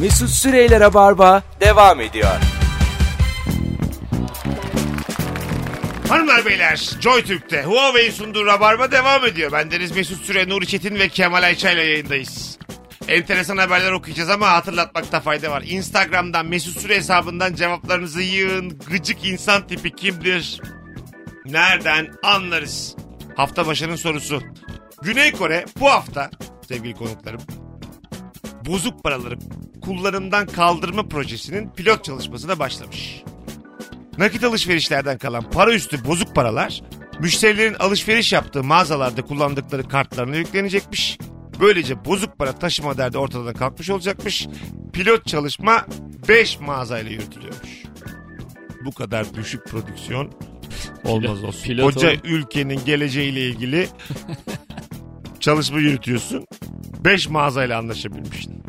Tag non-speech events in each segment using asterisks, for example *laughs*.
Mesut Süreyler'e barba devam ediyor. Hanımlar beyler Joy Türk'te Huawei'in sunduğu Rabarba devam ediyor. Ben Deniz Mesut Süre, Nuri Çetin ve Kemal Ayça ile yayındayız. Enteresan haberler okuyacağız ama hatırlatmakta fayda var. Instagram'dan Mesut Süre hesabından cevaplarınızı yığın. Gıcık insan tipi kimdir? Nereden anlarız? Hafta başının sorusu. Güney Kore bu hafta sevgili konuklarım bozuk paraları kullanımdan kaldırma projesinin pilot çalışmasına başlamış. Nakit alışverişlerden kalan para üstü bozuk paralar müşterilerin alışveriş yaptığı mağazalarda kullandıkları kartlarına yüklenecekmiş. Böylece bozuk para taşıma derdi ortadan kalkmış olacakmış. Pilot çalışma 5 mağazayla yürütülüyormuş. Bu kadar düşük prodüksiyon olmaz olsun. pilot Koca ol- ülkenin geleceğiyle *laughs* ilgili çalışma yürütüyorsun. 5 mağazayla anlaşabilmişsin.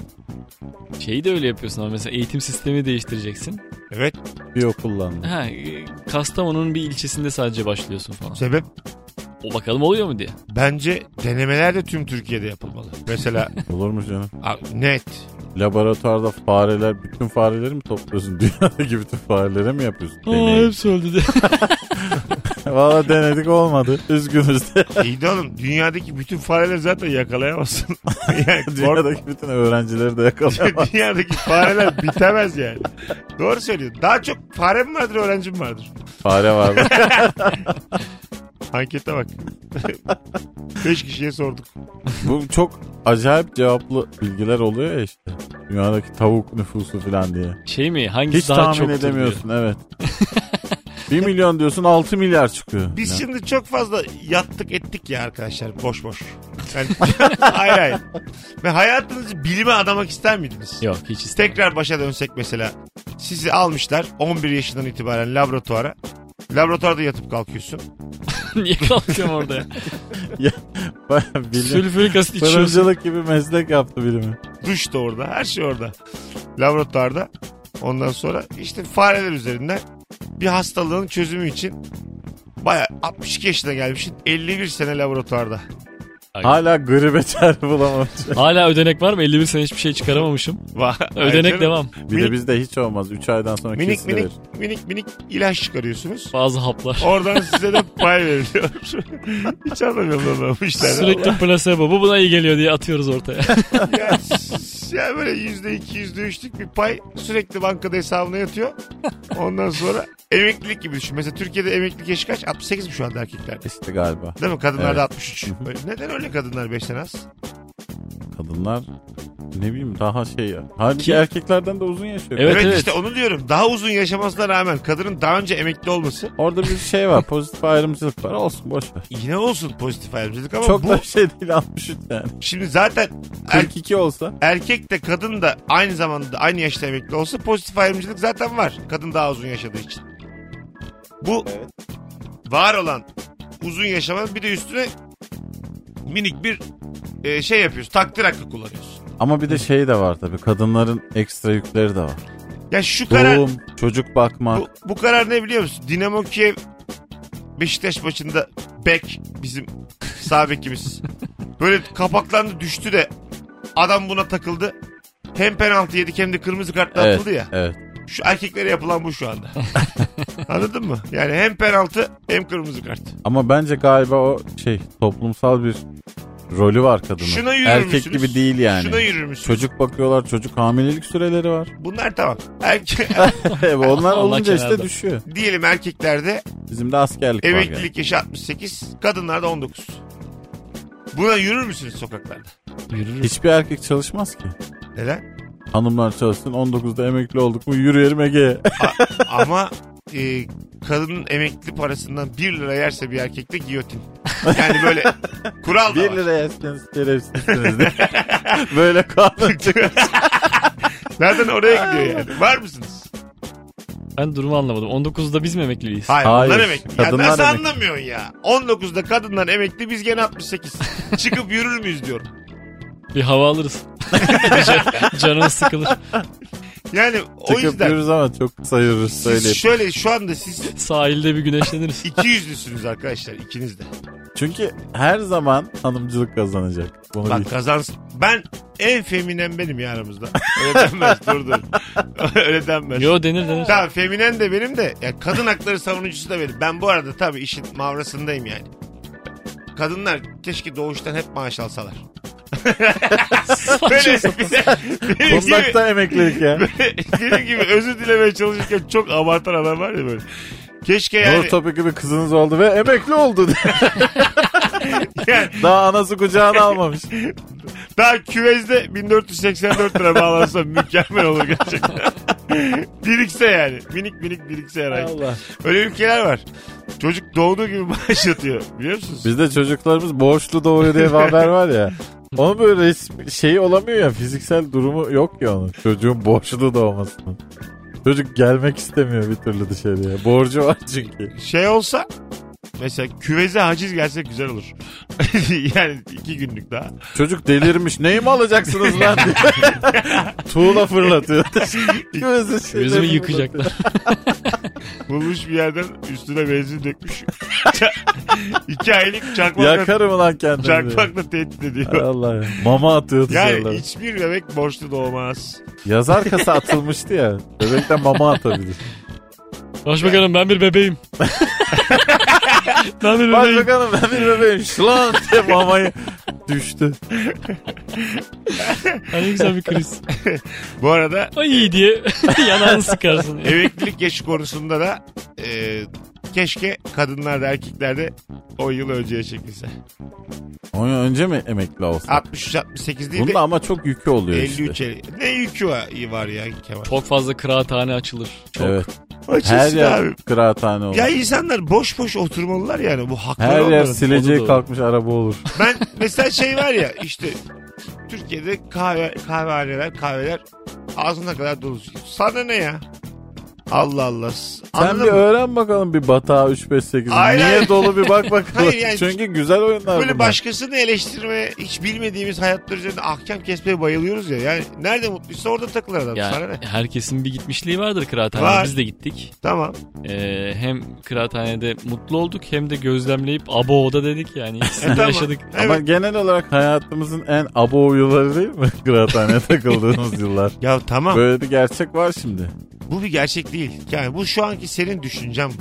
Şeyi de öyle yapıyorsun ama mesela eğitim sistemi değiştireceksin. Evet Bir okulla *laughs* mı? Ha, e, Kastamonu'nun bir ilçesinde sadece başlıyorsun falan. sebep O bakalım oluyor mu diye. bence denemeler de tüm Türkiye'de yapılmalı. Mesela Olur mu canım? a- net Laboratuvarda fareler, bütün fareleri mi topluyorsun? *laughs* Dünyadaki bütün farelere mi yapıyorsun? *laughs* deneyi? öldü de. Valla denedik olmadı. *laughs* Üzgünüz de. İyi de oğlum dünyadaki bütün fareleri zaten yakalayamazsın. yani kork- Dünyadaki bütün öğrencileri *laughs* de *laughs* yakalayamaz. dünyadaki fareler bitemez yani. Doğru söylüyorsun. Daha çok fare mi vardır öğrenci mi vardır? Fare vardı. Ankete bak. Beş kişiye sorduk. Bu çok acayip cevaplı bilgiler oluyor ya işte. Dünyadaki tavuk nüfusu falan diye. *laughs* Şey mi? Hangisi Hiç daha tahmin çoktur diye. *laughs* edemiyorsun evet. 1 milyon diyorsun 6 milyar çıkıyor. Biz Yani şey- şimdi çok fazla yattık ettik ya arkadaşlar boş boş. Yani, *laughs* hayır hayır. Ve hayatınızı bilime adamak ister miydiniz? Yok hiç istemem. Tekrar başa dönsek mesela. Sizi almışlar 11 yaşından itibaren laboratuvara. Laboratuvarda yatıp kalkıyorsun. *laughs* Niye kalkıyorum orada ya? bayağı bilim. Sülfürik asit içiyorsun. Fırıncılık gibi meslek yaptı bilimi. Duş da orada. Her şey orada. Laboratuvarda. Ondan sonra işte fareler üzerinden bir hastalığın çözümü için baya 62 yaşına gelmişsin. 51 sene laboratuvarda. Hala gribe *laughs* çare bulamamış. Hala ödenek var mı? 51 sene hiçbir şey çıkaramamışım. *laughs* Va- Ay Ödenek canım. devam. Bir de bizde hiç olmaz. 3 aydan sonra Minik kesilir. minik, minik minik ilaç *laughs* çıkarıyorsunuz. Bazı haplar. Oradan size de pay veriliyor. *laughs* Hiç anlamıyorum ben bu işlerden. Sürekli placebo. Bu buna iyi geliyor diye atıyoruz ortaya. *laughs* Ya, s- ya böyle yüzde iki, yüzde üçlük bir pay sürekli bankada hesabına yatıyor. Ondan sonra emeklilik gibi düşün. Mesela Türkiye'de emeklilik yaşı kaç? 68 mi şu anda erkeklerde? İşte galiba. Değil mi? Kadınlarda Evet. 63. Öyle- Neden öyle kadınlar 5 sene az? Kadınlar ne bileyim daha şey ya. Halbuki Ki- erkeklerden de uzun yaşıyor. Evet, Evet, evet. işte onu diyorum. Daha uzun yaşamasına rağmen kadının daha önce emekli olması Orada bir şey var. Pozitif ayrımcılık var. Olsun boş ver. yine olsun pozitif ayrımcılık ama Çok bu da bir şey değil 63 yani. şimdi zaten er- 42 olsa. erkek de kadın da aynı zamanda aynı yaşta emekli olsa pozitif ayrımcılık zaten var. Kadın daha uzun yaşadığı için. Bu var olan uzun yaşamanın bir de üstüne minik bir e, şey yapıyorsun. Takdir hakkı kullanıyorsun. Ama bir de şey de var tabii. Kadınların ekstra yükleri de var. Ya şu karar Doğum, çocuk bakmak. bu, bu karar ne biliyor musun? Dinamo Kiev Beşiktaş maçında bek bizim sağ bekimiz. Böyle kapaklandı düştü de adam buna takıldı. Hem penaltı yedik hem de kırmızı kartla Evet, atıldı ya. evet. Şu erkeklere yapılan bu şu anda. *laughs* Anladın mı? Yani hem penaltı hem kırmızı kart. Ama bence galiba o şey toplumsal bir rolü var kadının. Şuna yürür Erkek müsünüz? gibi değil yani. Şuna yürür müsün? Çocuk bakıyorlar, çocuk hamilelik süreleri var. Bunlar tamam. Erke... *laughs* Evet, onlar Allah olunca işte kenarda. düşüyor. Diyelim erkeklerde Bizim de askerlik var. yani. emeklilik yaşı 68, kadınlarda 19. Buna yürür müsünüz sokaklarda? Yürürüz. Hiçbir erkek çalışmaz ki. Neden? Hanımlar çalışsın 19'da emekli olduk mu *laughs* yürüyelim Ege'ye. Ama e, kadının emekli parasından 1 lira yerse bir erkekte giyotin. Yani *laughs* böyle kural da 1 var. lira yerseniz şerefsizsiniz diye. Böyle kalın. *laughs* Nereden oraya gidiyor yani? Var mısınız? Ben durumu anlamadım. 19'da biz mi emekliyiz? Hayır, Hayır, onlar emekli. Ya kadınlar nasıl emekli. anlamıyorsun ya? 19'da kadınlar emekli biz gene *laughs* 68. Çıkıp yürür müyüz diyorum. Bir hava alırız. *laughs* Can- Canımız sıkılır. Yani o Çıkıp yüzden yürürüz ama çok kısa yürürüz siz söyleyeyim. şöyle şu anda siz Sahilde bir güneşleniriz. iki yüzlüsünüz arkadaşlar ikiniz de. Çünkü her zaman hanımcılık kazanacak. Bunu bil. Bak kazans Ben en feminen benim ya aramızda. Öyle denmez dur dur. *laughs* Öyle denmez. Yo denir denir. Tamam feminen de benim de. Ya kadın hakları savunucusu da benim. Ben bu arada tabii işin mavrasındayım yani. Kadınlar keşke doğuştan hep maaş alsalar. *laughs* Böyle bize, benim gibi, *laughs* Kontakta emeklilik ya. benim gibi özür dilemeye çalışırken çok abartan adam var ya böyle. Keşke Nur yani, Topik gibi kızınız oldu ve emekli oldu. *laughs* yani Daha anası kucağına almamış. daha küvezde 1484 lira bağlansa mükemmel olur gerçekten. *laughs* birikse yani. Minik minik birikse herhalde. Allah. Öyle ülkeler var. Çocuk doğduğu gibi maaş yatıyor. Biliyor musunuz? Bizde çocuklarımız borçlu doğuyor diye bir haber var ya. Onun böyle resmi, şeyi olamıyor ya fiziksel durumu yok ya onun. Çocuğun borçlu doğmasının. Çocuk gelmek istemiyor bir türlü dışarıya. Borcu var çünkü. şey olsa mesela küveze haciz gelse güzel olur. *laughs* yani iki günlük daha. Çocuk delirmiş. Neyimi alacaksınız lan diye. *laughs* Tuğla fırlatıyor. Gözümü yıkacaklar. Bulmuş bir yerden üstüne benzin dökmüş. *laughs* Ça- iki aylık çakmakla, Yakarım lan kendimi. diyor. çakmakla tehdit ediyor. Allah ya. Mama atıyor Yani dışarılara. hiçbir bebek borçlu doğmaz. Yazar kasa atılmıştı ya. Bebekten mama atabilir. *laughs* Başbakanım ben *laughs* bir bebeğim. ben bir bebeğim. Başbakanım ben bir bebeğim. Şlan diye mamayı düştü. Ay, ne güzel bir kriz. Bu arada *laughs* Ay iyi diye *laughs* yanağını sıkarsın. emeklilik yaşı konusunda da e, keşke kadınlar da erkekler de 10 yıl önceye çekilse. Onun önce mi emekli olsa? 63-68 değil de Bunda ama çok yükü oluyor 53 işte. el- Ne yükü var var ya Kemal. Çok fazla kıraathane açılır. Çok. Evet. Her Açılsın abi. yer kıraathane olur. Ya insanlar boş boş oturmalılar yani bu hakları Her yer onların. sileceği doğru. kalkmış araba olur. Ben mesela şey var ya işte Türkiye'de kahve kahvehaneler kahveler ağzına kadar dolu. Sana ne ya? Allah Allah. Sen Anladın bir mı? öğren bakalım bir batağı 3 5 8. Hayır, Niye hayır. dolu *laughs* bir bak bakalım. Hayır, yani- Çünkü güzel oyunlar Böyle bunlar. başkasını eleştirmeye hiç bilmediğimiz hayatlar üzerinde ahkam kesmeye bayılıyoruz ya. Yani nerede mutluysa orada takılır adam. Sana Yani ne? herkesin bir gitmişliği vardır kıraathaneye. Var. Biz de gittik. Tamam. E, Ee, hem kıraathanede mutlu olduk hem de gözlemleyip abo da *laughs* dedik yani. İkisini de E, tamam. yaşadık. Ama genel olarak hayatımızın en abo yılları değil mi? *laughs* Kıraathaneye *laughs* takıldığımız yıllar. Ya tamam. Böyle bir gerçek var şimdi. Bu bir gerçek değil. Yani bu şu anki senin düşüncen.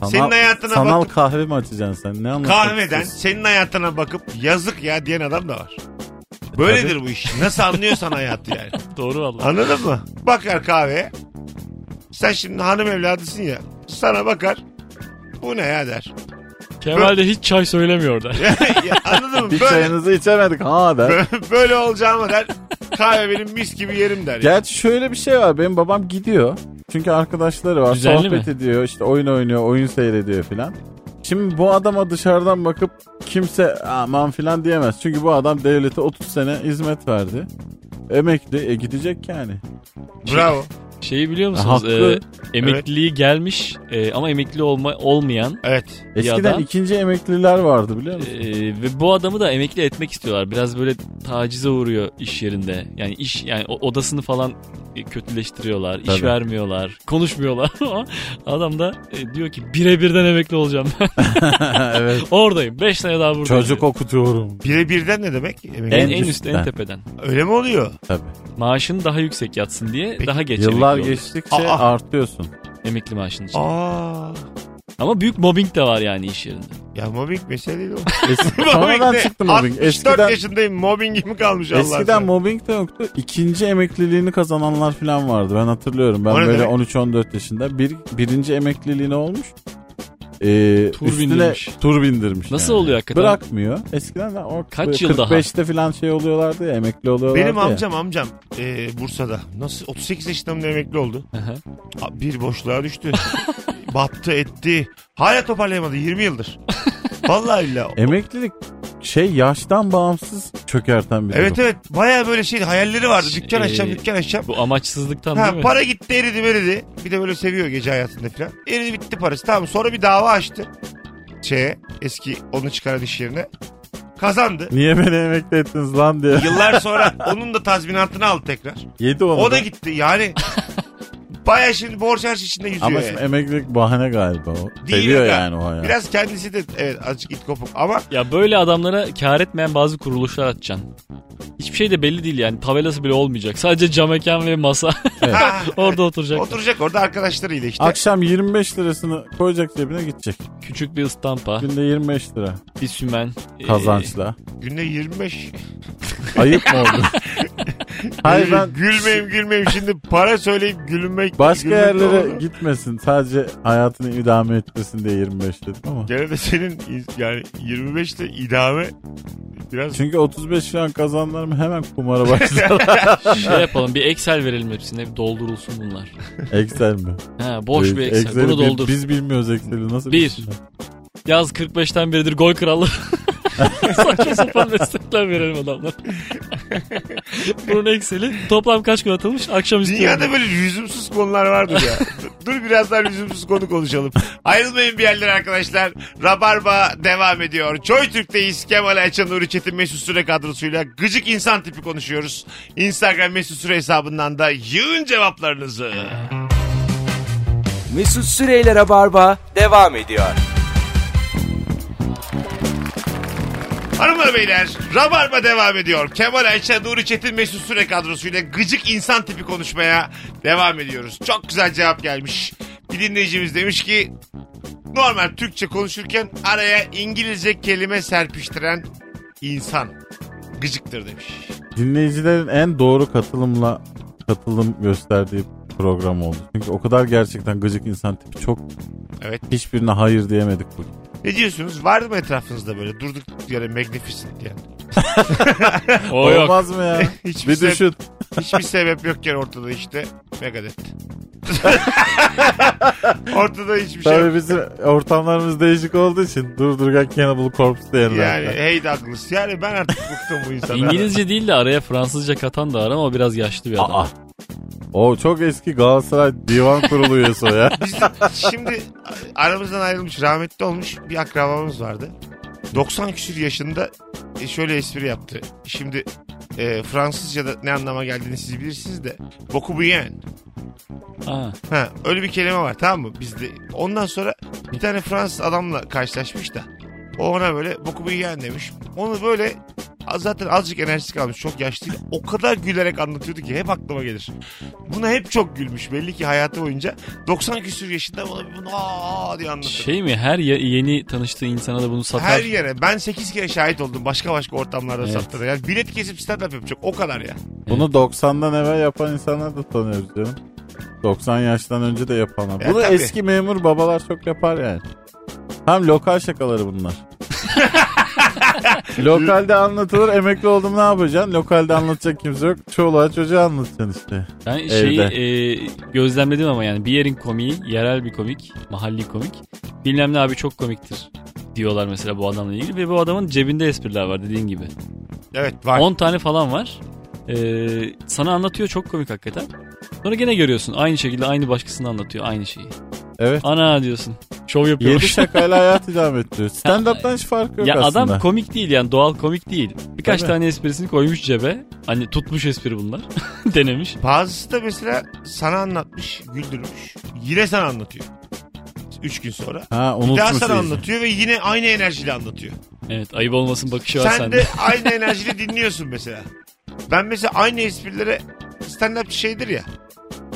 Sanal, Senin hayatına Sanal bakıp- kahve mi açacaksın sen? Ne anlatmak kahveden istiyorsun? senin hayatına bakıp yazık ya diyen adam da var. Böyledir bu iş. Nasıl anlıyorsan hayatı yani. Doğru valla. Anladın mı? Bakar kahveye. Sen şimdi hanım evladısın ya. Sana bakar. Bu ne ya der. *laughs* Kemal de hiç çay söylemiyor da. Ya anladın mı? Bir Böyle, çayınızı içemedik ha der. *laughs* böyle olacağımı der. Kahve benim mis gibi yerim der. ya. Gerçi şöyle bir şey var. Benim babam gidiyor. Çünkü arkadaşları var. Düzenli sohbet ediyor. işte oyun oynuyor. Oyun seyrediyor filan. Şimdi bu adama dışarıdan bakıp kimse aman filan diyemez. Çünkü bu adam devlete 30 sene hizmet verdi. Emekli. E gidecek yani. Bravo. Şeyi biliyor musunuz? Haklı. Ee, emekliliği gelmiş ee, ama emekli olma, olmayan Evet. Eskiden da- ikinci emekliler vardı biliyor musun? ee, ve bu adamı da emekli etmek istiyorlar. Biraz böyle tacize uğruyor iş yerinde. Yani iş yani o- odasını falan e, kötüleştiriyorlar. iş Tabii. vermiyorlar. Konuşmuyorlar. *laughs* Adam da e, diyor ki birebirden emekli olacağım. *laughs* E, *laughs* evet. Oradayım. 5 sene daha buradayım. Çocuk okutuyorum. Bire birden ne demek? Emin En, ol. en, En üst en üstten. tepeden. Öyle mi oluyor? Tabii. Maaşın daha yüksek yatsın diye Peki, daha geç Yıllar emekli oluyorsun. geçtikçe Aa. *laughs* artıyorsun. Emekli maaşın için. Aa. Ama büyük mobbing de var yani iş yerinde. Ya mobbing mesele değil o. Eski, Mobbing *laughs* sonradan ne? çıktı mobbing. 64 Eskiden yaşındayım. Mobbingim kalmış Allah Eskiden mobbing de yoktu. İkinci emekliliğini kazananlar falan vardı. Ben hatırlıyorum. Ben O ne böyle demek? 13-14 yaşında bir, birinci emekliliğine olmuş. Ee, Tur üstüne bindirmiş. Tur bindirmiş. Nasıl yani. oluyor hakikaten? Bırakmıyor. Eskiden de o Kaç böyle yıl daha? 45'te falan şey oluyorlardı ya emekli oluyorlardı Benim ya. amcam amcam e, Bursa'da. Nasıl 38 yaşında mı emekli oldu? Aha. A- Bir boşluğa *laughs* düştü. Battı etti. Hala toparlayamadı 20 *laughs* yıldır. Vallahi illa. Emeklilik şey yaştan bağımsız çökerten bir Evet durum. evet baya böyle şey hayalleri vardı. Dükkan Ee, açacağım dükkan açacağım. Bu amaçsızlıktan değil Ha, mi? para gitti eridi eridi. Bir de böyle seviyor gece hayatında falan. Eridi bitti parası. Tamam sonra bir dava açtı. Şeye eski onu çıkaran iş yerine. *laughs* Kazandı. Niye beni emekli ettiniz lan diye. Yıllar sonra onun da tazminatını aldı tekrar. Yedi onu *laughs* O da da. gitti yani. Baya şimdi borç harç içinde yüzüyor. Ama yani. şimdi emeklilik bahane galiba o. Değil Seviyor aga. yani o hayatı. Biraz kendisi de evet azıcık it kopuk ama Ya böyle adamlara kar etmeyen bazı kuruluşlar atacaksın. Hiçbir şey de belli değil yani. Tabelası bile olmayacak. Sadece cam mekan ve masa. *laughs* Orada oturacak. oturacak orada arkadaşlarıyla işte. Akşam 25 lirasını koyacak cebine gidecek. Küçük bir ıstampa, Günde 25 lira bir sümen. e, kazançla. Günde 25. Ayıp *laughs* mı oldu? Hayır ben Gülmeyim gülmeyim şimdi para söyleyip gülmek. başka gülmek de yerlere olur. gitmesin. Sadece hayatını idame etmesin diye 25 dedim ama. Gene de senin iz- yani 25'te idame biraz Çünkü 35 lira kazanlarım hemen kumara *laughs* başlar. Şey yapalım bir Excel verelim hepsine. Bir doldurulsun bunlar. Excel mi? Ha, boş bir Ee, Excel. Excel'i Bunu bi- doldur. Biz bilmiyoruz Excel'i nasıl Bir. bilsinler? Yaz 45'ten beridir gol kralı. *laughs* *laughs* Saçma sapan meslekler verelim adamlar. Bunun ekseli. Toplam kaç gol atılmış? Akşam istiyorum. Dünyada böyle lüzumsuz konular vardır ya. Dur- Dur biraz daha lüzumsuz konu konuşalım. Ayrılmayın bir yerlere arkadaşlar. Rabarba devam ediyor. Joy Türk'teyiz. Kemal Ayça, Nuri Çetin, Mesut Süre kadrosuyla gıcık insan tipi konuşuyoruz. Instagram Mesut Süre hesabından da yığın cevaplarınızı. Mesut Süreyler'e barba devam ediyor. Hanımlar beyler Rabarba devam ediyor. Kemal Ayça, Nuri Çetin, Mesut Süre kadrosuyla gıcık insan tipi konuşmaya devam ediyoruz. Çok güzel cevap gelmiş. Bir dinleyicimiz demiş ki normal Türkçe konuşurken araya İngilizce kelime serpiştiren insan gıcıktır demiş. Dinleyicilerin en doğru katılımla katılım gösterdiği program oldu. Çünkü o kadar gerçekten gıcık insan tipi çok. Evet. Hiçbirine hayır diyemedik bugün. Ne diyorsunuz? Vardı mı etrafınızda böyle durduk yere magnificent diyen? O yok. şey Olmaz mı *laughs* ya? Hiçbir, bir sebep, düşün. hiçbir *laughs* sebep yokken ortada işte Megadeth. *laughs* ortada hiçbir şey yok. Tabii bizim ortamlarımız değişik olduğu için durdurgan Cannibal Corpse diyenler. Yani hey Douglas. Yani ben artık bıktım bu insanlardan. İngilizce değil de araya Fransızca katan da var ama o biraz yaşlı bir adam. Aa. O çok eski Galatasaray Divan Kurulu üyesi *laughs* o ya. Şimdi aramızdan ayrılmış rahmetli olmuş bir akrabamız vardı. 90 küsür yaşında e, şöyle espri yaptı. Şimdi e, Fransızca'da ne anlama geldiğini siz bilirsiniz de. Boku bu yiyen. Ha. Ha, öyle bir kelime var tamam mı? Bizde. Ondan sonra bir tane Fransız adamla karşılaşmış da. O ona böyle boku bu yiyen demiş. Onu böyle az- zaten azıcık enerjisi kalmış. Çok yaşlıydı. O kadar gülerek anlatıyordu ki hep aklıma gelir. Buna hep çok gülmüş. Belli ki hayatı boyunca 90 küsür yaşında bana bunu aa diye anlatır. Şey mi her ye- yeni tanıştığı insana da bunu satar. Her yere. Ben 8 kere şahit oldum. Başka başka ortamlarda Evet. sattı. Yani bilet kesip stand up yapacak. O kadar ya. Bunu 90'dan evvel yapan insanlar da tanıyoruz canım. 90 yaştan önce de yapanlar. Ya Bunu tabii. eski memur babalar çok yapar yani. Hem lokal *laughs* şakaları bunlar. Lokalde anlatılır emekli oldum ne yapacaksın? Lokalde anlatacak kimse yok. Çoluğa çocuğa anlatacaksın işte. Ben şeyi Evde. e, gözlemledim ama yani bir yerin komiği, yerel bir komik, mahalli komik. Bilmem ne abi çok komiktir diyorlar mesela bu adamla ilgili ve bu adamın cebinde espriler var dediğin gibi. Evet var. 10 tane falan var. Ee, sana anlatıyor çok komik hakikaten. Sonra gene görüyorsun aynı şekilde aynı başkasını anlatıyor aynı şeyi. Evet. Ana diyorsun. Şov Yedi yapıyormuş. *laughs* şakayla hayat idame ettiriyor. Stand-up'tan hiç farkı yok ya aslında. adam komik değil yani doğal komik değil. Birkaç Tabii. tane esprisini koymuş cebe. Hani tutmuş espri bunlar. *laughs* Denemiş. Bazısı da mesela sana anlatmış, güldürmüş. Yine sana anlatıyor. Üç gün sonra. Ha Bir unutmuş daha sana iyice. anlatıyor ve yine aynı enerjiyle anlatıyor. Evet ayıp olmasın bakışı var Sen sende. de aynı enerjiyle dinliyorsun mesela. Ben mesela aynı esprilere stand-up şeydir ya.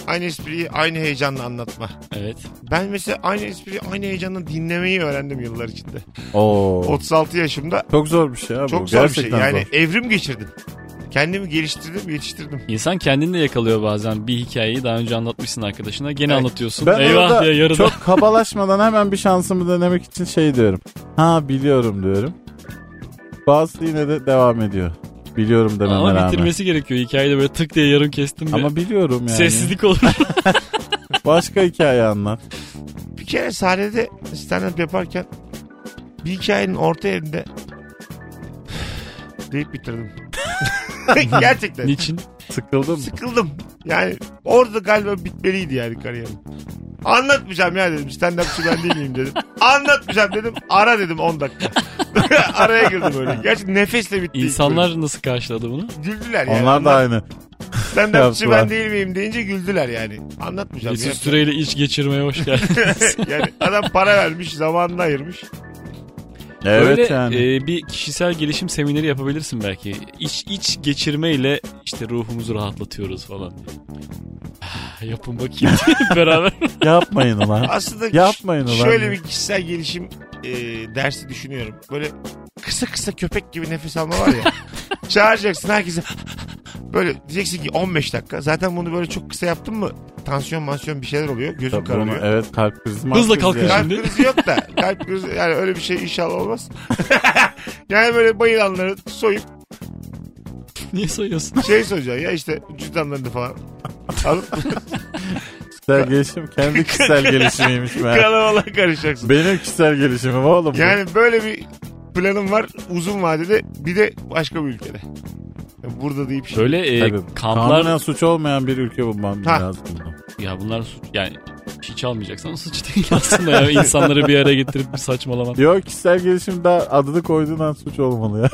Aynı espriyi aynı heyecanla anlatma. Evet. Ben mesela aynı espriyi aynı heyecanla dinlemeyi öğrendim yıllar içinde. Oo. 36 yaşımda Çok zor bir şey abi. çok bu. zor bir şey. Gerçekten Yani zor. evrim geçirdim. Kendimi geliştirdim, yetiştirdim. İnsan kendini de yakalıyor bazen. Bir hikayeyi daha önce anlatmışsın arkadaşına. Gene anlatıyorsun. Ben Eyvah orada diye yarıda. çok kabalaşmadan hemen bir şansımı denemek için şey diyorum. Ha biliyorum diyorum. Bazısı yine de devam ediyor. Biliyorum dememe Ama rağmen. bitirmesi gerekiyor. Hikayeyi de böyle tık diye yarım kestim. Ama Ama biliyorum yani. Sessizlik olur. Başka hikaye anlat. Bir kere sahnede stand-up yaparken bir hikayenin orta yerinde *sighs* deyip bitirdim. *laughs* Gerçekten. Niçin? Sıkıldım. Sıkıldım. Yani orada galiba bitmeliydi yani kariyerim. Anlatmayacağım ya dedim. Stand-upçı ben değil miyim dedim. Anlatmayacağım dedim. Ara dedim 10 dakika. *laughs* Araya girdim öyle. Gerçi nefesle bitti. İnsanlar nasıl karşıladı bunu? Güldüler yani. Onlar da aynı. Sen de Yaptılar. ben değil miyim deyince güldüler yani. Anlatmayacağım. Mesut ya. Süreyle iç geçirmeye hoş geldin. *laughs* yani adam para vermiş, zamanını ayırmış. *laughs* Evet Böyle yani. e, bir kişisel gelişim semineri yapabilirsin belki. İç iç geçirmeyle işte ruhumuzu rahatlatıyoruz falan. Ah, Yapın bakayım *laughs* beraber. *laughs* Yapmayın ulan. Aslında *laughs* Yapmayın ulan. şöyle bir kişisel gelişim e, dersi düşünüyorum. Böyle kısa kısa köpek gibi nefes alma var *laughs* ya. çağıracaksın herkese. Böyle diyeceksin ki 15 dakika. Zaten bunu böyle çok kısa yaptın mı tansiyon mansiyon bir şeyler oluyor. Gözün Tabii bunu- kararıyor. evet kalp krizi mi Hızla atıyoruz kalkın ya? Kalp Şimdi- krizi yok da. Kalp krizi yani öyle bir şey inşallah olmaz. *laughs* yani böyle bayılanları soyup Niye sayıyorsun? şey soracaksın ya işte cüzdanlarını falan. Alıp Kişisel gelişim kendi *laughs* kişisel gelişimiymiş meğer. kanala karışacaksın. Benim kişisel gelişimim oğlum. bu. Yani böyle bir planım var uzun vadede bir de başka bir ülkede. Yani Burada deyip şey. Böyle e, Tabii, kamplar Kanunen suç olmayan bir ülke bulmam Ha. lazım. ya bunlar suç yani hiç almayacaksan suç değil *laughs* aslında ya insanları bir araya getirip bir saçmalamak. Yok kişisel gelişim daha adını koyduğun an suç olmalı ya.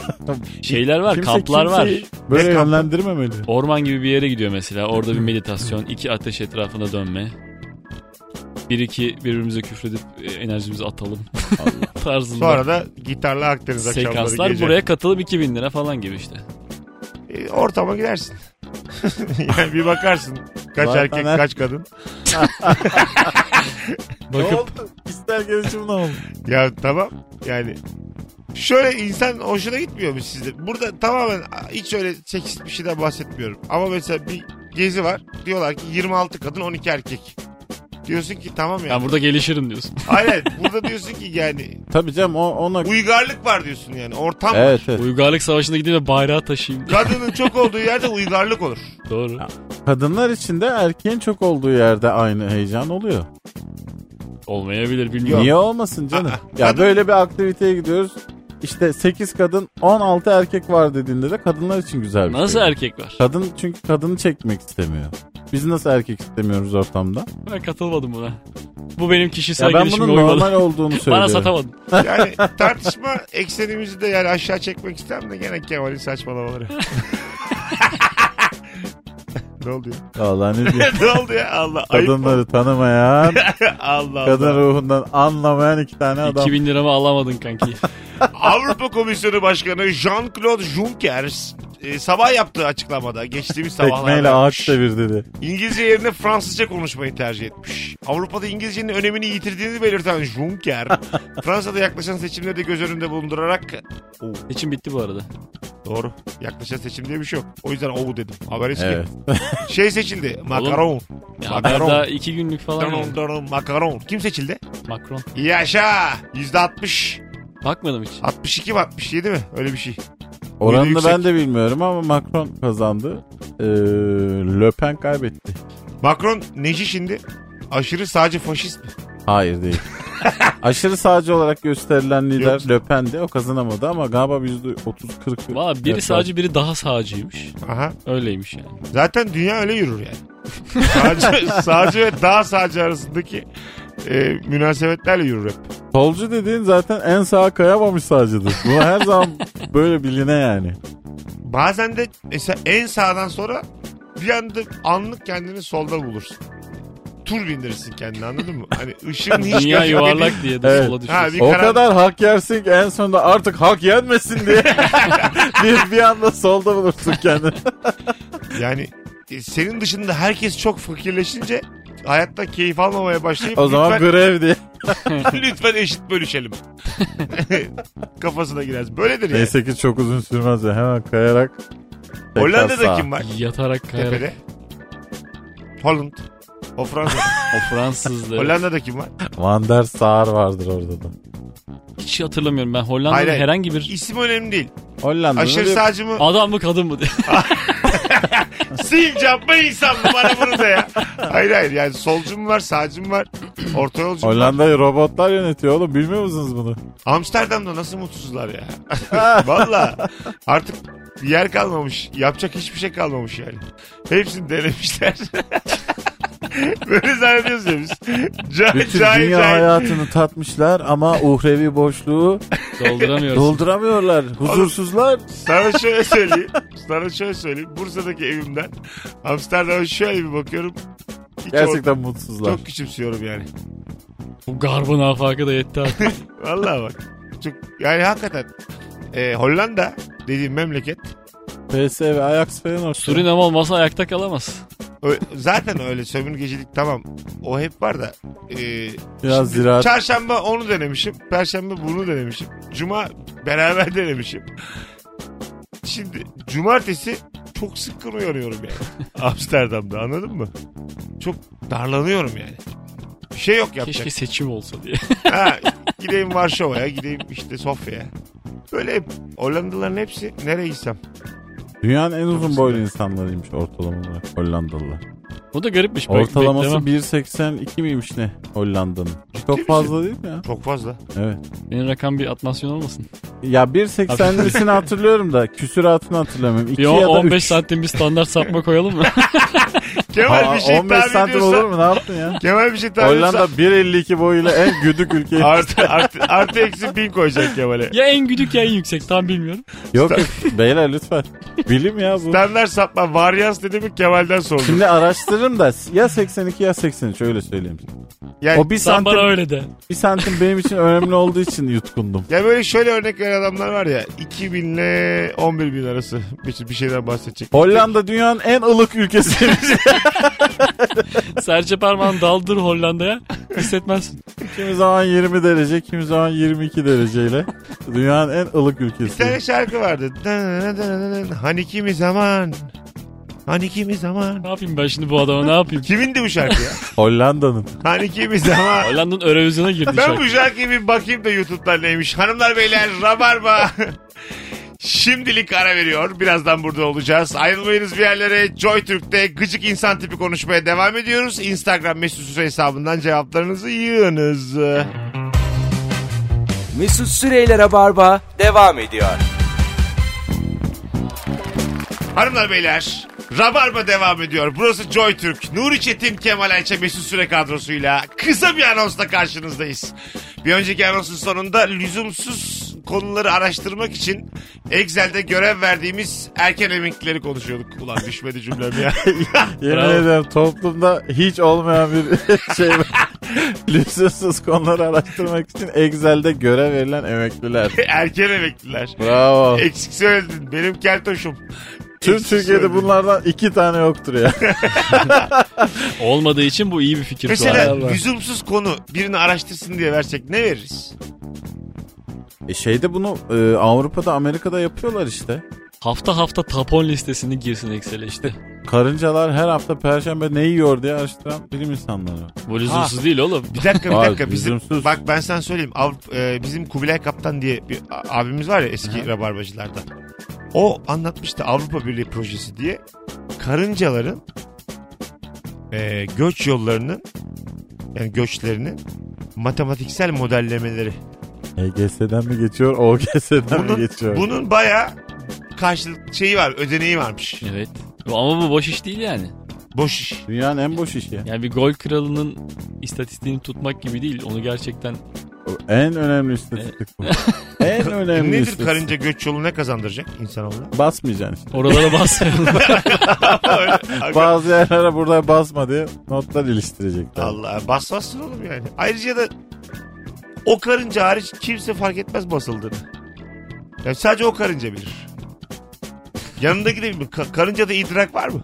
Şeyler var, Kimse kamplar var. kimseyi Böyle Ne kampı? yönlendirmemeli. Orman gibi bir yere gidiyor mesela. Orada bir meditasyon, iki ateş etrafına dönme. Bir iki birbirimize küfredip e, enerjimizi atalım. *laughs* Tarzında. Sonra da gitarla Akdeniz akşamları Sekanslar gece. buraya katılıp 2000 lira falan gibi işte. E, ortama gidersin. *laughs* yani bir bakarsın kaç Zaten erkek her- kaç kadın. Ne Bakıp oldu? Kişisel gelişim ne oldu? Ya tamam yani şöyle insan hoşuna gitmiyor mu sizde? Burada tamamen hiç öyle seksist bir şeyden bahsetmiyorum. Ama mesela bir gezi var. Diyorlar ki 26 kadın 12 erkek. Diyorsun ki tamam ya. ben burada gelişirim diyorsun. Aynen burada diyorsun ki yani Tabii canım o, ona... uygarlık var diyorsun yani. Ortam var. Evet evet. Uygarlık savaşına gideyim ve bayrağı taşıyayım diye. Kadının çok olduğu yerde uygarlık olur. Doğru. Kadınlar için de erkeğin çok olduğu yerde aynı heyecan oluyor. Olmayabilir bilmiyorum. Niye olmasın canım? Aa, ya kadın- böyle bir aktiviteye gidiyoruz. İşte 8 kadın 16 erkek var dediğinde de kadınlar için güzel bir Nasıl şey. erkek var? Kadın çünkü kadını çekmek istemiyor. Biz nasıl erkek istemiyoruz ortamda? Ben katılmadım buna. Bu benim kişisel Ya ben gelişimime bunun uymadı. normal olduğunu söylüyorum. *laughs* Bana satamadın. *laughs* Yani tartışma eksenimizi de yani aşağı çekmek istem de gene Kemal'in saçmalamaları. *laughs* ne oldu ya? Vallahi *laughs* ne diyeyim. ne oldu ya? Allah ayıp. Kadınları tanımayan, Allah kadın Allah. ruhundan anlamayan iki tane adam. 2000 liramı alamadın *laughs* kanki. Avrupa Komisyonu Başkanı Jean-Claude Juncker e, sabah yaptığı açıklamada geçtiğimiz Tekmeyle sabahlarda ağaç devir dedi. İngilizce yerine Fransızca konuşmayı tercih etmiş. Avrupa'da İngilizcenin önemini yitirdiğini belirten *laughs* Juncker, Fransa'da yaklaşan seçimleri de göz önünde bulundurarak İçim bitti bu arada. Doğru. Yaklaşan seçim diye bir şey yok. O yüzden ovu dedim. Haber eski. Evet. Şey seçildi. Makaron. Ya haber Makaron. daha iki günlük falan. Daron, yani. daron, makaron. Kim seçildi? Macron. Yaşa. Yüzde altmış. Bakmadım hiç. 62 mi 67 mi? Öyle bir şey. Oyunu Oranını yüksek. ben de bilmiyorum ama Macron kazandı. Ee, Le Pen kaybetti. Macron neci şimdi? Aşırı sağcı faşist mi? *laughs* Hayır değil. Aşırı sağcı olarak gösterilen lider Yok. Le Pen'di. O kazanamadı ama galiba %30-40. Valla biri sağcı biri daha sağcıymış. Aha. Öyleymiş yani. Zaten dünya öyle yürür yani. sağcı, sağcı ve daha sağcı arasındaki e, münasebetlerle yürür hep. Solcu dediğin zaten en sağa kayamamış sağcıdır. Bu her zaman böyle biline yani. Bazen de mesela en sağdan sonra bir anda anlık kendini solda bulursun. Tur bindirirsin kendini anladın mı? Hani ışığın hiç Dünya gözükmediği- yuvarlak *laughs* diye de Evet. sola Ha, bir düşüyorsun. O karan- kadar hak yersin ki en sonunda artık hak *laughs* yenmesin diye bir, bir anda solda bulursun kendini. Yani e, senin dışında herkes çok fakirleşince hayatta keyif almamaya başlayıp O zaman lütfen, grev diye. *laughs* lütfen eşit bölüşelim. *laughs* Kafasına girersin. Böyledir yani. Neyse ki çok uzun sürmez ya. Hemen kayarak. tekrar Hollanda'da sağa. kim var? Yatarak kayarak. Tepede. Holland. O *laughs* Fransa. O Fransızdı. Hollanda'da kim var? Van der Sar vardır orada da. Hiç hatırlamıyorum ben. Hollanda'nın Hayır, hayır. herhangi bir İsim önemli değil. Hollanda'da Aşırı bir- sağcı mı? adam mı kadın mı diye. *laughs* Sincap mı insan mı bana bunu da ya. Hayır hayır yani solcum var sağcım var orta yolcum var. Hollanda'yı robotlar yönetiyor oğlum. Bilmiyor musunuz bunu? Amsterdam'da nasıl mutsuzlar *laughs* ya. Valla artık bir yer kalmamış yapacak hiçbir şey kalmamış yani. Hepsini denemişler. *laughs* Böyle zannediyoruz ya biz. Cahil Bütün cahil dünya cahil. hayatını tatmışlar ama uhrevi boşluğu Dolduramıyoruz. dolduramıyorlar. Huzursuzlar. Sana şöyle söyleyeyim. Sana şöyle söyleyeyim. Bursa'daki evimden Amsterdam'a şöyle bir bakıyorum. Hiç Gerçekten o- mutsuzlar. çok küçümsüyorum yani. Bu garbın afakı da yetti *laughs* artık. Vallahi bak. Çok, yani hakikaten e, Hollanda dediğim memleket PS ve Ajax Feyenoord. Surinam olmasa ayakta kalamaz. ö- zaten öyle sömürgecilik tamam o hep var da e, Biraz ziraat. çarşamba onu denemişim perşembe bunu denemişim cuma beraber denemişim şimdi cumartesi çok sıkkın uyanıyorum yani Amsterdam'da anladın mı çok darlanıyorum yani bir şey yok yapacak Keşke seçim olsa diye. *laughs* Ha, gideyim Varşova'ya, gideyim işte Sofya'ya. Böyle hep Hollandalıların hepsi nereye gitsem. Dünyanın en uzun boylu insanlarıymış ortalama olarak Hollandalılar. Bu da garipmiş. Bek- Ortalaması beklemem. 1.82 miymiş ne Hollanda'nın? Çok misin? fazla değil mi ya? Çok fazla. Evet. Benim rakam bir atmasyon olmasın. Ya 1.80'lisini hatırlıyorum da küsuratını hatırlamıyorum. 2 Bir ya da 15 üç. santim bir standart sapma koyalım mı? Kemal Aa, bir şey 15 tahmin santim ediyorsa... olur mu? Ne *laughs* yaptın ya? Kemal bir şey tahmin Hollanda ediyorsa... 1.52 boyuyla en güdük ülke. Artı, artı, artı eksi bin koyacak Kemal'e. ya en güdük ya en yüksek tam bilmiyorum. Yok yok. beyler lütfen. Bilim ya bu. Standart sapma varyans dedi mi Kemal'den sordum. Şimdi araştırırım da ya 82 ya 83 öyle söyleyeyim. Yani, O bir Sen santim, bana öyle de. bir santim benim için önemli olduğu için yutkundum. ya böyle şöyle örnek veren adamlar var ya 2000 ile 11 bin arası bir, bir şeyden bahsedecek. Hollanda dünyanın en ılık *laughs* ülkesi. Serçe parmağını daldır Hollanda'ya. Hissetmezsin. kimi zaman 20 derece, kimi zaman 22 dereceyle. Dünyanın en ılık Bir tane ülkesi. şarkı vardı. Dın, Hani kimi zaman? Hani kimi zaman? Ne yapayım ben şimdi bu adama ne yapayım? Kimindi bu şarkı ya? Hollanda'nın. Hani kimi *laughs* zaman? Hollanda'nın Eurovision'a girdi Ben şarkı. bu şarkıya bir bakayım da YouTube'dan neymiş. Hanımlar beyler rabarba. Şimdilik ara veriyor. Birazdan burada olacağız. Ayrılmayınız bir yerlere. Joy Türk'te gıcık insan tipi konuşmaya devam ediyoruz. Instagram mesut süre hesabından cevaplarınızı yığınız. Mesut Süreyler'e barba devam ediyor. Hanımlar beyler Rabarba devam ediyor. Burası Joy Türk. Nuri Çetin, Kemal Ayça, Mesut Süre kadrosuyla kısa bir anonsla karşınızdayız. Bir önceki anonsun sonunda lüzumsuz konuları araştırmak için Excel'de görev verdiğimiz erken emeklileri konuşuyorduk. Ulan düşmedi cümlem *laughs* ya. Yemin Bravo. ederim toplumda hiç olmayan bir *laughs* şey var. Lüzumsuz konuları araştırmak için Excel'de görev verilen emekliler. erken emekliler. *laughs* Bravo. Eksik söyledin. Benim keltoşum. Ah. Tüm Eksik Türkiye'de söyledin. bunlardan iki tane yoktur ya. Olmadığı için bu iyi bir fikir. Mesela Vay Allah. lüzumsuz konu birini araştırsın diye versek ne veririz? E şeyde bunu e, Avrupa'da Amerika'da yapıyorlar işte. hafta hafta tapon listesini girsin Excel'e işte. Karıncalar her hafta perşembe ne yiyor diye araştıran bilim insanları. var. Bu lüzumsuz değil oğlum. Bir dakika bir Abi, dakika. Bizim, lüzumsuz. bak ben sana söyleyeyim. Avrupa- e, bizim Kubilay Kaptan diye bir a- abimiz var ya eski rabarbacılardan. O anlatmıştı Avrupa Birliği projesi diye. Karıncaların e, göç yollarının yani göçlerinin matematiksel modellemeleri. EGS'den E mi geçiyor, OGS'den mi Bunun, geçiyor? bunun baya karşılık şeyi var, ödeneği varmış. Evet. Ama bu boş iş değil yani. Boş iş. Dünyanın en boş işi. ya. Yani bir gol kralının istatistiğini tutmak gibi değil. Onu gerçekten En önemli istatistik bu. E, *laughs* en önemli Nedir istatistik. karınca göç yolu ne kazandıracak *laughs* insanoğluna? Basmayacaksın işte. oralara basmayalım. *laughs* Öyle- Bazı yerlere burada basma diye notlar iliştirecekler. Allah basmazsın oğlum yani. Ayrıca da o karınca hariç kimse fark etmez basıldığını. Yani sadece o karınca bilir. Yanındaki de bilmiyor. Ka- karıncada idrak var mı?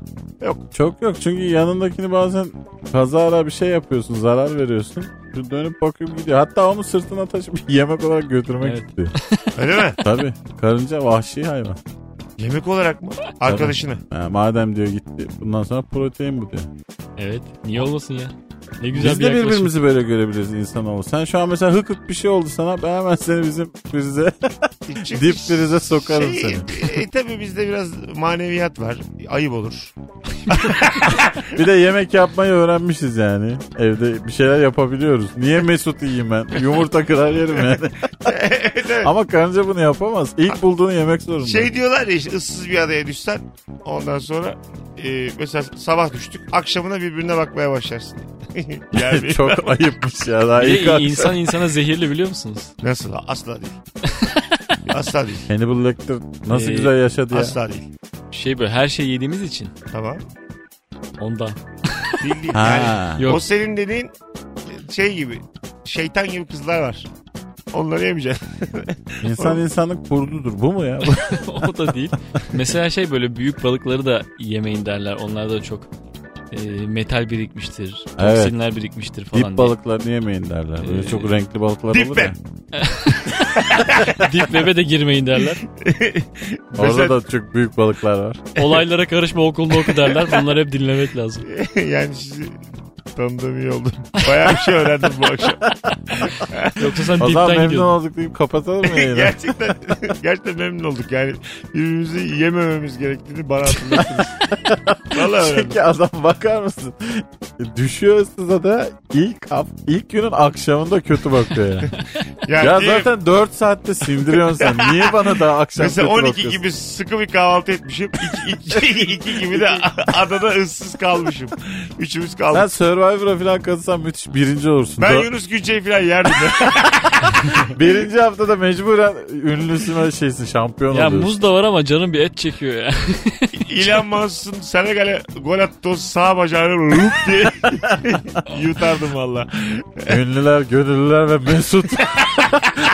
Çok yok çünkü yanındakini bazen kazara bir şey yapıyorsun, zarar veriyorsun. Şu Dönüp bakıp gidiyor. Hatta onu sırtına taşıp *laughs* yemek olarak götürmek Evet. istiyor. Öyle *laughs* mi? Tabii. Karınca vahşi hayvan. Yemek olarak mı? Arkadaşını. Ha, madem diyor gitti. Bundan sonra protein bu diyor. evet. Niye olmasın ya? Ne güzel Biz bir de yaklaşım. birbirimizi böyle görebiliriz insanoğlu. Sen şu an mesela hık hık bir şey oldu sana. Ben hemen seni bizim frize, *laughs* Çünkü dip frize sokarım şey- seni. E, tabii bizde biraz maneviyat var. Ayıp olur. Bir de yemek yapmayı öğrenmişiz yani. Evde bir şeyler yapabiliyoruz. Niye Mesut yiyeyim ben? Yumurta kırar yerim yani. *laughs* evet, evet. Ama karınca bunu yapamaz. İlk bulduğunu yemek zorunda. Şey diyorlar ya işte ıssız bir adaya düşsen ondan sonra e, e, mesela sabah düştük akşamına birbirine bakmaya başlarsın. *laughs* yani *laughs* *laughs* Çok ayıpmış ya. Daha Bir iyi de kalk. insan insana zehirli biliyor musunuz? nasıl asla *laughs* değil. asla değil. Hannibal Lecter nasıl Ee, güzel yaşadı ya. Asla değil. Şey böyle her şey yediğimiz için. Tamam. Ondan. Değil değil. Yani Ha. Yok. O *laughs* senin dediğin şey gibi. Şeytan gibi kızlar var. Onları yemeyeceksin. *laughs* İnsan insanlık kurdudur. Bu mu ya? o da değil. Mesela şey böyle büyük balıkları da yemeyin derler. Onlar da çok e, metal birikmiştir. Evet. Toksinler birikmiştir falan. Dip balıklarını yemeyin derler. Böyle Ee, çok renkli balıklar dip olur ya. ben. diye. Dip web'e de girmeyin *laughs* derler. Orada Mesela- da çok büyük balıklar *laughs* var. Olaylara karışma okulda oku derler. Bunları hep dinlemek lazım. yani sizi tanıdığım iyi oldu. Bayağı bir şey öğrendim bu *laughs* akşam. Yoksa sen O zaman dipten memnun gidiyordun. olduk deyip kapatalım mı yayını? *laughs* gerçekten, gerçekten memnun olduk. Yani birbirimizi yemememiz gerektiğini bana *laughs* hatırlattınız. Valla öğrendim. Çünkü adam bakar mısın? Düşüyor size de ilk, haf- ilk günün akşamında kötü *laughs* bakıyor ya. Yani ya diyeyim, zaten 4 saatte sindiriyorsun sen. Niye bana daha akşam Mesela kötü 12 bakıyorsun? gibi sıkı bir kahvaltı etmişim. 2, gibi *laughs* de adada ıssız kalmışım. Üçümüz kaldık. Sen Survivor'a falan katılsan müthiş birinci olursun. Ben Dö- Yunus Günçe'yi falan yerdim. *laughs* birinci haftada mecburen ünlüsün şeysin şampiyon Ya oluyorsun. muz da var ama canım bir et çekiyor ya. *laughs* İlan Mansun Senegal'e gol attı o sağ bacağını rup diye *laughs* yutardım valla. *laughs* Ünlüler, gönüllüler ve *laughs* Mesut.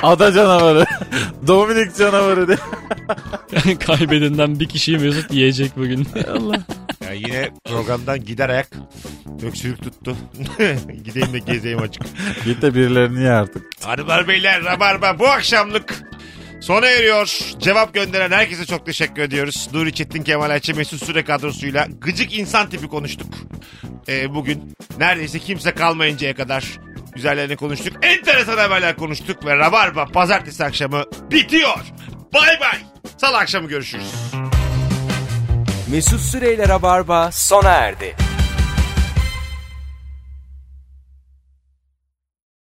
Ada canavarı. *laughs* Dominik canavarı diye. Kaybedenden bir kişiyi Mesut yiyecek bugün. Allah. Ya yine programdan gider ayak. Öksürük tuttu. *laughs* Gideyim de gezeyim açık. Git de birilerini ye artık. Hanımlar beyler Rabarba bu akşamlık sona eriyor. Cevap gönderen herkese çok teşekkür ediyoruz. Nuri Çetin, Kemal Ayça, Mesut Süre kadrosuyla gıcık insan tipi konuştuk. Ee, bugün neredeyse kimse kalmayıncaya kadar güzellerini konuştuk. Enteresan haberler konuştuk ve Rabarba pazartesi akşamı bitiyor. Bay bay. Salı akşamı görüşürüz. Mesut Süreyler'e barba sona erdi.